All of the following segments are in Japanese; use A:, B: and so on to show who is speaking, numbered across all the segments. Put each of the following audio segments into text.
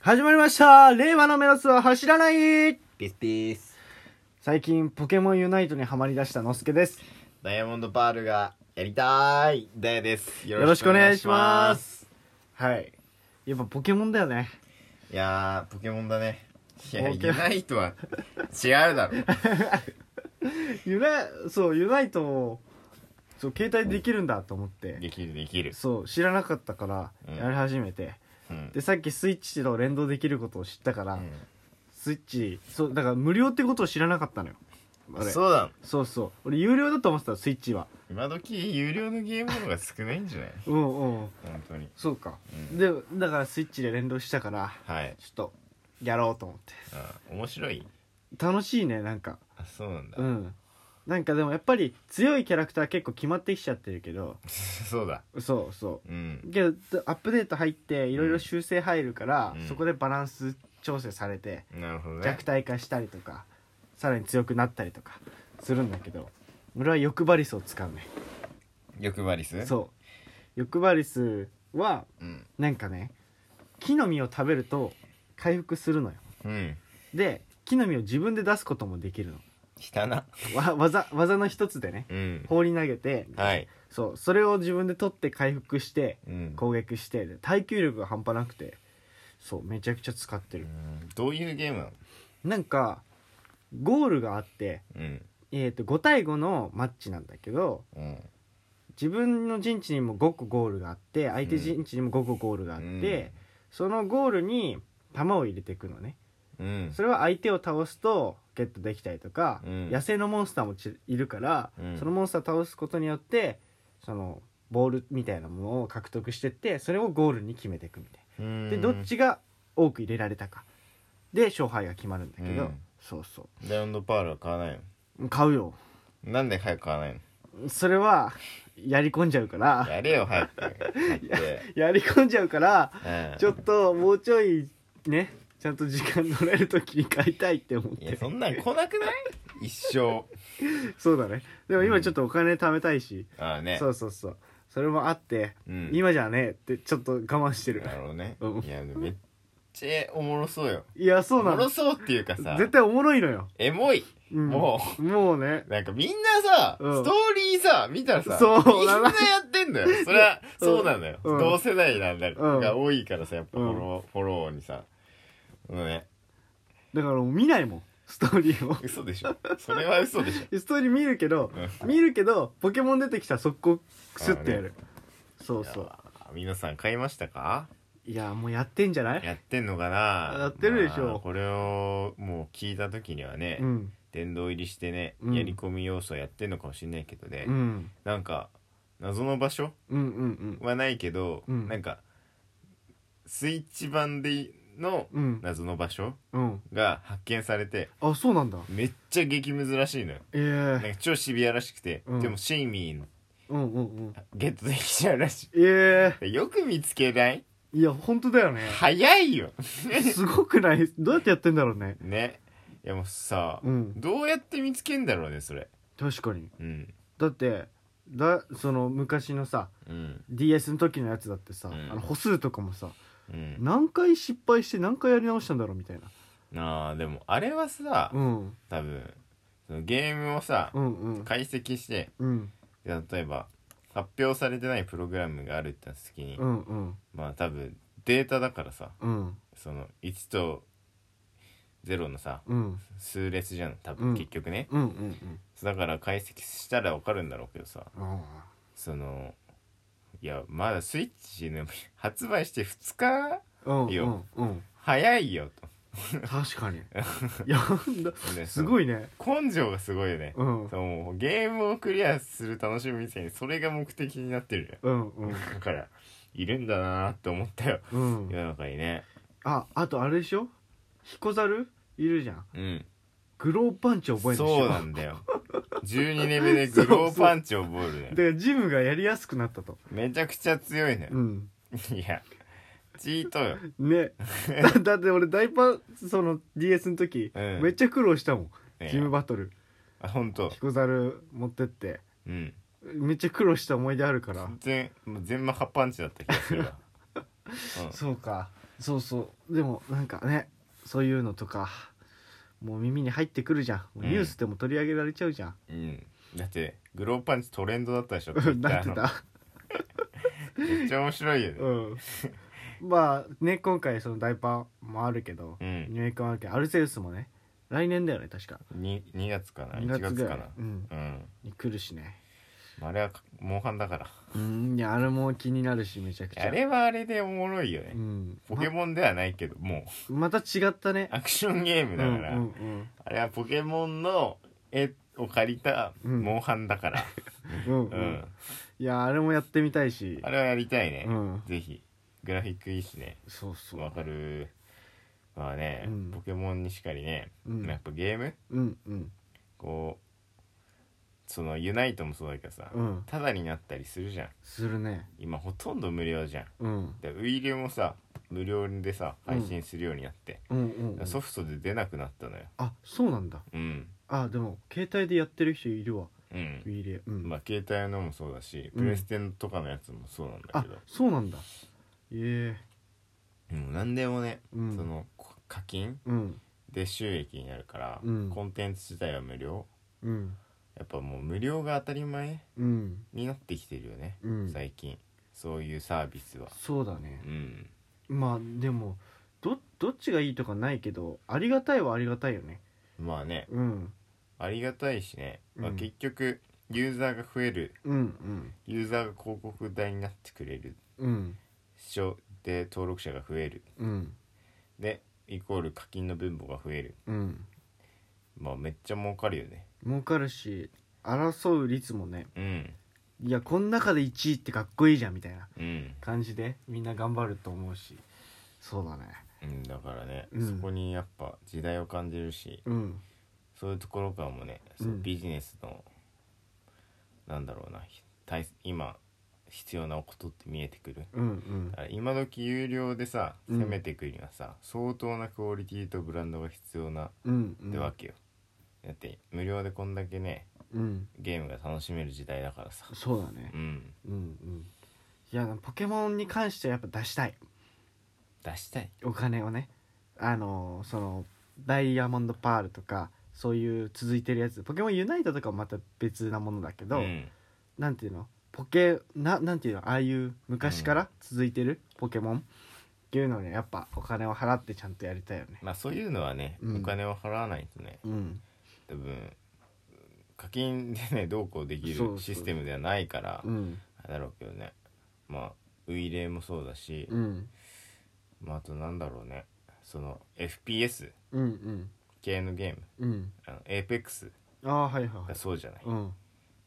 A: 始まりました令和のメロスは走らない
B: ピースピース
A: 最近ポケモンユナイトにハマりだしたのすけです。
B: ダイヤモンドパールがやりたーいダイヤですよ
A: ろしくお願いしますはい。やっぱポケモンだよね。
B: いやーポケモンだねいや
A: ポ
B: い
A: ケモン
B: ないとは違うだろ
A: ユナ、そう、ユナイトを、そう、携帯できるんだと思って、
B: できるできる、
A: そう、知らなかったから
B: うん、
A: やり始めて、
B: うん
A: で、さっきスイッチと連動できることを知ったから、
B: う
A: スイッチ、そう、だから無料ってことを知らなかったのよ。あ
B: ん、
A: れ。
B: そうだの
A: そうそう。俺、有料だと思ってた、スイッチは。
B: 今時有料のゲームの方が少ないんじゃない
A: うんうん。
B: 本当に
A: そうか。
B: うん
A: で、だからスイッチで連動したから、
B: はい、
A: ちょっと、やろうと思って。
B: うん、面白い
A: 楽しいね、なんか。
B: あそうなんだ、
A: うん。なんかでもやっぱり強いキャラクター結構決まってきちゃってるけど、
B: そうだ
A: そうそ
B: うん
A: う。けど、アップデート入って、いろいろ修正入るから、
B: うん
A: そこでバランス調整されて、
B: なるほどね
A: 弱体化したりとか、さらに強くなったりとか、するんだけど、俺は欲張りスを使うね。
B: 欲張りす
A: そう欲張りスは
B: うん
A: なんかね木の実を食べると回復するのよ
B: うん
A: で木の実を自分で出すこともできる
B: 汚な
A: のわ技技の一つでね
B: うん
A: 放り投げて、
B: はい
A: そうそれを自分で取って回復して
B: うん
A: 攻撃してで耐久力が半端なくてそうめちゃくちゃ使って
B: う
A: る、
B: んどういうゲームなの
A: なんかゴールがあって、
B: うん
A: えー、と5対5のマッチなんだけど
B: うん
A: 自分の陣地にも5個ゴールがあって相手陣地にも5個ゴールがあって、そのゴールに弾を入れていくのね
B: うん
A: それは相手を倒すとゲットできたりとか、
B: うん
A: 野生のモンスターもちいるから、
B: うん
A: そのモンスターを倒すことによってそのボールみたいなものを獲得してってそれをゴールに決めていくみたいなでどっちが多く入れられたかで勝敗が決まるんだけど、
B: うん
A: そうそ
B: ダイヤモンドパールは買わない
A: うん買うよ
B: のなんで早く買わないの
A: それはやり込んじゃうから
B: やれよ早く買って
A: やり込んじゃうから
B: うん
A: ちょっともうちょいねちゃんと時間取れる時に買いたいって思っ
B: い
A: て
B: やそんなん来なくない一生
A: そうだね。でも
B: う
A: 今
B: ん
A: ちょっとお金貯めたいし、
B: ああね
A: そうそうそう。それもあって、
B: うん
A: 今じゃねえってちょっと我慢してる
B: な。るほどね
A: うん
B: いやでもめっちゃおもろそうよ
A: いや、そ
B: お
A: うな
B: もろ
A: の。
B: そうっていうかさ
A: 絶対おもろいのよ。
B: エモい
A: うん
B: も
A: う。もうね。
B: なんかみんなさ、
A: うん
B: ストーリーさ、見たらさ、
A: そう
B: みんな
A: だな
B: やってんだよ。そ れは、
A: うん
B: そうなんだよ。
A: うん
B: 同世代なんだ、
A: うん
B: が多いからさ、やっぱフォロー、フォローにさ、もうね、
A: だからもう見ないもん。ストーリーを。
B: 嘘でしょ。それは嘘でしょ。
A: ストーリー見るけど、
B: うん
A: 見るけど、ポケモン出てきたら速攻クスってやる。そうそう。
B: あ皆さん買いましたか
A: いや、もうやってんじゃない
B: やってんのかな
A: やってるでしょ
B: まあこれをもう聞いた時にはね、
A: うん。
B: 殿堂入りしてね、
A: うん
B: やり込み要素やってんのかもしれないけどね、
A: うん。
B: なんか謎の場所
A: うんうん
B: はないけど、
A: うん
B: なんかスイッチ版での
A: うん。うん。
B: 謎の場所
A: うん。
B: が発見されて
A: あ、そうなんだ。
B: めっちゃ激ムズらしいのよ
A: ええ
B: なんか超シビアらしくて、
A: うん
B: でもシェイミーの
A: うんうんうん。
B: ゲットできちゃうらし
A: ええ
B: いよく見つけない
A: いや、本当だ よね。
B: 早いよ
A: すごくないどうやってやってんだろうね。
B: ねいやもうさ、
A: うん。
B: どうやって見つけんだろうねそれ
A: 確かに
B: うん
A: だってだその昔のさ
B: うん
A: DS の時のやつだってさ、
B: うん
A: あの歩数とかもさ
B: うん
A: 何回失敗して何回やり直したんだろうみたいな、
B: あーでもあれはさ
A: うん、
B: 多分そのゲームをさ
A: うんうん
B: 解析して
A: うん
B: で例えば発表されてないプログラムがあるって時に、
A: うんうん
B: まあ多分データだからさ
A: うん
B: その1と0のさ
A: うん
B: 数列じゃん多
A: うん
B: 分結局ね、
A: うんうん
B: だから解析したら分かるんだろうけどさ
A: うん
B: そのいやまだスイッチの 発売して2日
A: うん
B: いいよ
A: うんうん
B: 早いよ
A: 確かにいやなんだ
B: とです
A: ごいね
B: 根性がすごいよね、
A: うん
B: そうもうゲームをクリアする楽しみみたいにそれが目的になってる
A: うん
B: じ
A: う
B: ゃん、
A: ん
B: だからいるんだなーって思ったよ
A: うん
B: 世の中にね
A: ああとあれでしょ彦猿いるじゃん
B: うん
A: グローパンチ覚えるでしょ
B: そうなんだよ12年 目でグローパンチを覚えるね
A: だからジムがやりやすくなったと
B: めちゃくちゃ強いね
A: うん
B: いやチートよ
A: ねだだって俺大パンその DS の時、
B: うん
A: めっちゃ苦労したもん
B: ね
A: ジムバトル
B: あ本当
A: 彦猿持ってって
B: うん
A: めっちゃ苦労した思い出あるから
B: 全もう全マハパンチだった気がするわ
A: そうかそうそうでもなんかねそういうのとかもう耳に入ってくるじゃんもうニュースでも取り上げられちゃうじゃん、
B: うんだってグローパンチトレンドだったでし ょ
A: なって
B: Twitter の
A: た
B: めっちゃ面白いよね
A: うんまあね今回そのダイパーもあるけど、
B: うん
A: 入学もあるけどアルセウスもね来年だよね確か
B: に 2, 月かな
A: 2
B: 1月
A: 月ぐら
B: か
A: い
B: な、
A: うん、
B: うん
A: に来るしね
B: あれはモンハンだから
A: うんいやあれも気になるしめちゃくちゃ
B: あれはあれでおもろいよね、
A: うん、
B: ポケモンではないけどもう
A: ままた違ったね
B: アクションゲームだから、
A: うんうん
B: あれはポケモンの絵を借りた
A: うん
B: モンハンだから、
A: うんうん
B: う
A: うんんいやあれもやってみたいし
B: あれはやりたいね、
A: うん
B: ぜひグラフィックいいしね
A: そうそう
B: わかるまあね、
A: うん
B: ポケモンにしかりね、
A: うん
B: やっぱゲーム
A: うんうん
B: こうそのユナイトもそうだけどさ、
A: うん
B: タダになったりするじゃん
A: するね
B: 今ほとんど無料じゃん
A: うん
B: でウイイレもさ無料でさ
A: うん
B: 配信するようになって、
A: うんうんうん
B: ソフトで出なくなったのよ
A: あそうなんだ
B: うん
A: あでも携帯でやってる人いるわ
B: うん
A: ウィーレうん、
B: まあ携帯のもそうだし、
A: うん
B: プレステンとかのやつもそうなんだ
A: あ
B: けど
A: そうなんだえ
B: でも何でもね、
A: えうん
B: そのこ課金
A: うん
B: で収益になるから、
A: うん
B: コンテンツ自体は無料
A: うん
B: やっぱもう無料が当たり前
A: うん
B: になってきてるよね、
A: うん
B: 最近そういうサービスは
A: そうだね
B: うん
A: まあでもどどっちがいいとかないけどありがたいはありがたいよね
B: まあね
A: うん
B: ありがたいしね、まあ、
A: うん
B: 結局ユーザーが増える
A: うん
B: ユーザーが広告代になってくれる
A: うんうん
B: 視聴で登録者が増える
A: うん
B: でイコール課金の分母が増える
A: うん
B: まあめっちゃ儲かるよね
A: 儲かるし争う率もね
B: うん
A: いやこの中で1位ってかっこいいじゃんみたいな
B: うん、
A: 感じでみんな頑張ると思うしそうだね
B: うん、だからね、
A: うん
B: そこにやっぱ時代を感じるし
A: うん
B: そういうところからもねその
A: うん
B: ビジネスの、なんだろうなひ大今必要なことって見えてくる
A: うんうん
B: だから今時有料でさ
A: うん
B: 攻めていくにはさ、相当なクオリティとブランドが必要な
A: うんうん
B: ってわけよ、だって無料でこんだけね
A: うん
B: ゲームが楽しめる時代だからさ
A: そうだね
B: うん
A: うんうんいやポケモンに関してはやっぱ出したい
B: 出したい
A: お金をねあのそのダイヤモンドパールとかそういう続いてるやつポケモンユナイトとかはまた別なものだけど、
B: ん、
A: なんていうのポケななんていうのああいう昔から続いてるポケモンっていうのにやっぱお金を払ってちゃんとやりたいよね
B: まあそういうのはね、
A: うん
B: お金を払わないとね
A: うん
B: 多分課金でねどうこうでき
A: そうそう
B: るシステムではないから
A: うん
B: あれだろうけどねまあウイレもそうだし、
A: うん
B: まあ、あとなんだろうねその FPS
A: うんうん
B: 系のゲーム
A: うん
B: あの APEX
A: ああはいはいは
B: が
A: い
B: そうじゃない
A: うん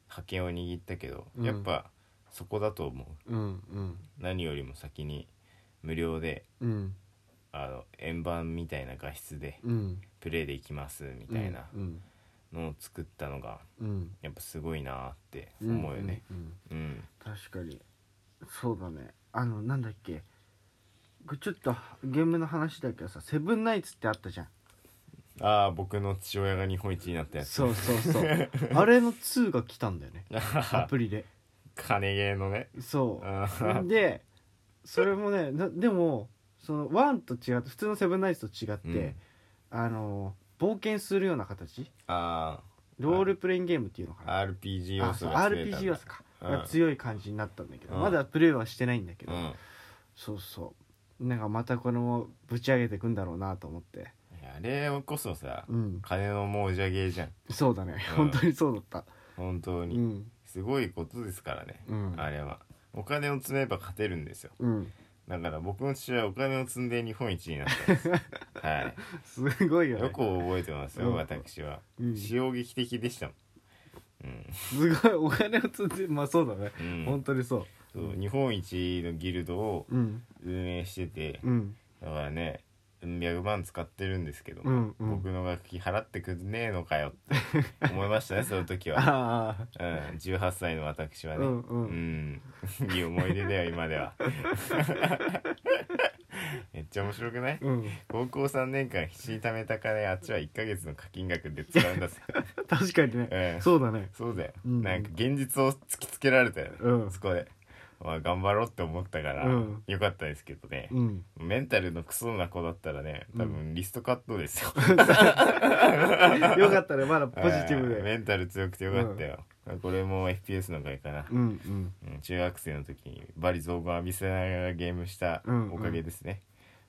B: 覇権を握ったけど、
A: うん
B: やっぱそこだと思う
A: うんうん
B: 何よりも先に無料で
A: うん
B: あの円盤みたいな画質で
A: うん
B: プレイできますみたいな
A: うん
B: のを作ったのが
A: うん
B: やっぱすごいなーって思うよね。
A: うんうん
B: うん、
A: 確かにそうだねあのなんだっけこれちょっとゲームの話だけどさ「セブンナイツ」ってあったじゃん
B: ああ僕の父親が日本一になったやつ
A: そうそうそうあれの2が来たんだよねアプリで
B: 金ゲーのね
A: そ
B: あ
A: う
B: ー
A: でそれもねなでもその1と違って普通の「セブンナイツ」と違って、
B: うん
A: あの冒険するような形
B: あ
A: ロールプレイングゲームっていうのかな
B: ー RPG 要
A: あ
B: 素
A: そう
B: が強い
A: RPG 要素か、
B: うん
A: が強い感じになったんだけど、
B: うん
A: まだプレイはしてないんだけ
B: う
A: ど、
B: ん
A: そうそうなんかまたこれもぶち上げていくんだろうなと思って
B: いやあれこそさ、
A: うん
B: 金の亡者ゲーじゃん
A: そうだね、
B: うん
A: 本当にそうだった
B: 本当
A: う
B: に、
A: ん
B: すごいことですからね、
A: うん
B: あれはお金を積めば勝てるんですよ
A: うん
B: だから僕の父親はお金を積んで日本一になったん ですは
A: すごい
B: い
A: よね
B: よく覚えてますよ、
A: うん
B: 私は
A: うん
B: 潮劇的でしたもん
A: すごいお金を積んでまあそうだね、
B: うん、うん
A: 本当にそう
B: そう日本一のギルドを
A: うん
B: 運営してて、
A: うん
B: だからねうん100万使ってるんですけど、
A: うんうん
B: 僕の楽器払ってくんねえのかよって思い ましたねその時は、
A: ああ
B: うん、18歳の私はね、
A: うんうん
B: いい思い出だよ今では めっちゃ面白くない
A: うん
B: 高校3年間必死に貯めた金あっちは1ヶ月の課金額で使 うんだぜ、
A: 確かにね、
B: うん
A: そうだね
B: そうだよ、
A: うん
B: なんか現実を突きつけられたよね、
A: うん
B: そこでまあ頑張ろうって思ったから、
A: うん
B: よかったですけどね、
A: うん
B: メンタルのクソな子だったらね多分リストカットで すよ、
A: よかったねまだポジティブ
B: はいメ
A: で
B: ンタル強くてよかったよ、これも FPS の回かな、
A: うん
B: うん中学生の時にバリ増言浴びせながらゲームした
A: うん
B: おかげですね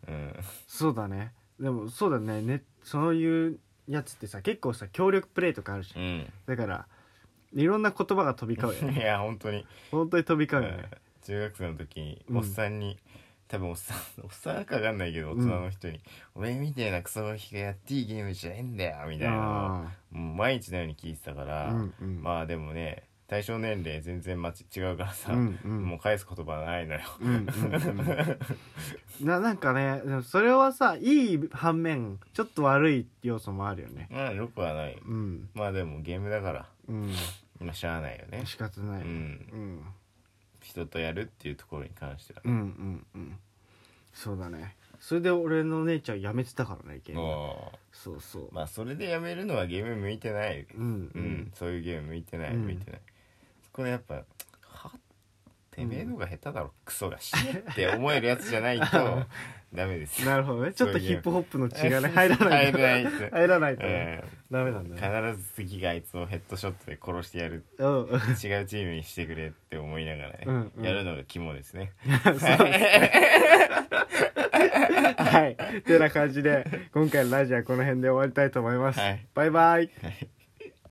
B: うん、
A: そうだねでもそうだねねそういうやつってさ結構さ協力プレイとかあるじゃん だからいろんな言葉が飛び交うよ
B: うん
A: ね
B: いや本当に、
A: 本当に飛び
B: う
A: 交うよ
B: ん
A: ね
B: 中学生の時に
A: うん
B: おっさんに、多分おっさん おっさんかわかんないけど大人の人に「俺みたいなクソ日がやっていいゲームじゃねえんだよ」みたいなのを
A: あ
B: もう毎日のように聞いてたか
A: あ
B: ら、
A: うんうん
B: まあでもね対象年齢全然まち違うからさ、
A: うんうん
B: もう返す言葉ないのよ
A: うんうんうんななんかねでもそれはさいい反面ちょっと悪い要素もあるよね
B: まあよくはない
A: うん
B: まあでもゲームだから
A: うん
B: まあしゃあないよね
A: 仕方な
B: う
A: い、
B: ん
A: うん、
B: 人とやるっていうところに関しては
A: うんうんうんそうだねそれで俺の姉ちゃん辞めてたからねゲーム
B: も
A: そうそう
B: うまあそれでやめるのはゲーム向いてない
A: うん
B: うん、そういうゲーム向いてない
A: うん
B: 向いてない、そこでやっぱ「はてめえのが下手だろクソが死ね」って思えるやつじゃないと ダメです
A: なるほどねち
B: そ
A: ょ
B: うい
A: っ
B: う
A: とヒップホップの血がね入らない
B: 入らないで す
A: 入らないとね
B: え
A: ダメなんだね
B: ー必ず次があいつをヘッドショットで殺してやる
A: うん うん
B: 違うチームにしてくれって思いながらね、
A: うんうん
B: やるのが肝で すね
A: はいてな感じで今回のラジオはこの辺で終わりたいと思います、
B: はい
A: バイバイ
B: はい